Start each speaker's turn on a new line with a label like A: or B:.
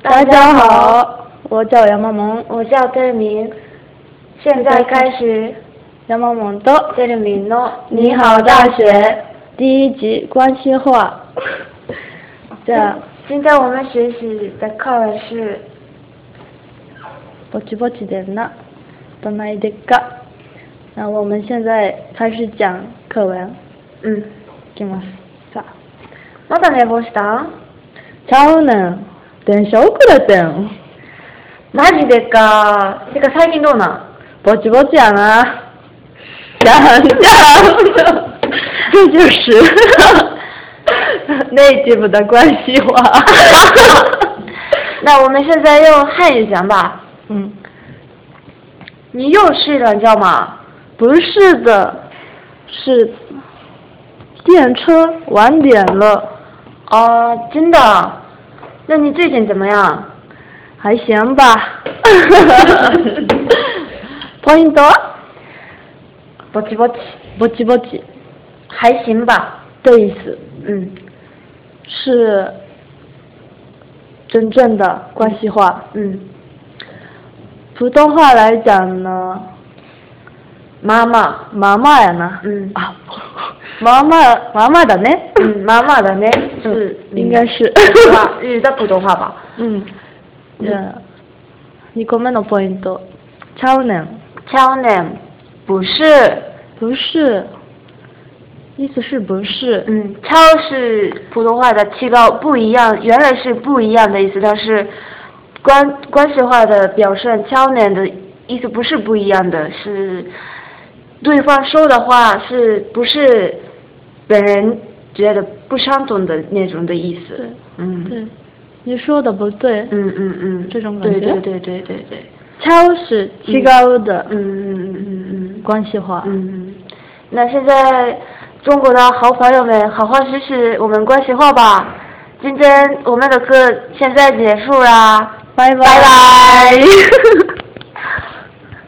A: 大家好，我叫杨萌萌，
B: 我叫戴明，现在开始
A: 杨萌萌的
B: 戴明诺。
A: 你好大学第一集关系话。 这
B: 今天我们学习的课文是
A: ぼちぼちでな，どないでか。那我们现在开始讲课文，
B: 嗯，
A: いきます。さあ。
B: まだ寝坊した？
A: ちゃうねん。電車遅れてん。
B: マジでか。てか最近どうなん？
A: ぼちぼちやな。じゃんじゃん。这就是 native 的关系话。
B: 那我们现在用汉语讲吧。
A: 嗯，
B: 你又睡懒觉吗？
A: 不是的，是电车晚点了，
B: 哦、真的？那你最近怎么样？
A: 还行吧。 ポイント？
B: ぼちぼち。
A: ぼちぼち
B: 还行吧。
A: 的意思
B: 嗯
A: 是真正的关系话。
B: 嗯，
A: 普通话来讲呢，
B: 妈妈。
A: 妈妈呀呢，
B: 嗯
A: 啊，妈妈妈妈的呢，
B: 嗯，妈妈的呢是
A: 嗯应该是
B: 普通话日语的 普通话吧？
A: 嗯，呃，二個目のポイント，ちゃうねん，
B: 敲呢？不是，
A: 不是，意思是不是？
B: 嗯，敲是普通话的提高不一样，原来是不一样的意思，它是关关系化的表现。敲呢的意思不是不一样的，是对方说的话是不是本人觉得不相同的那种的意思
A: 对？
B: 嗯，
A: 对，你说的不对，
B: 嗯嗯嗯，
A: 这种感觉
B: 对对对对对对，
A: ちゃう是違う的
B: 嗯嗯嗯嗯嗯。
A: 关系话，
B: 嗯，那现在中国的好朋友们，好好学习我们关系话吧。今天我们的课现在结束啦，
A: 拜拜
B: 拜拜。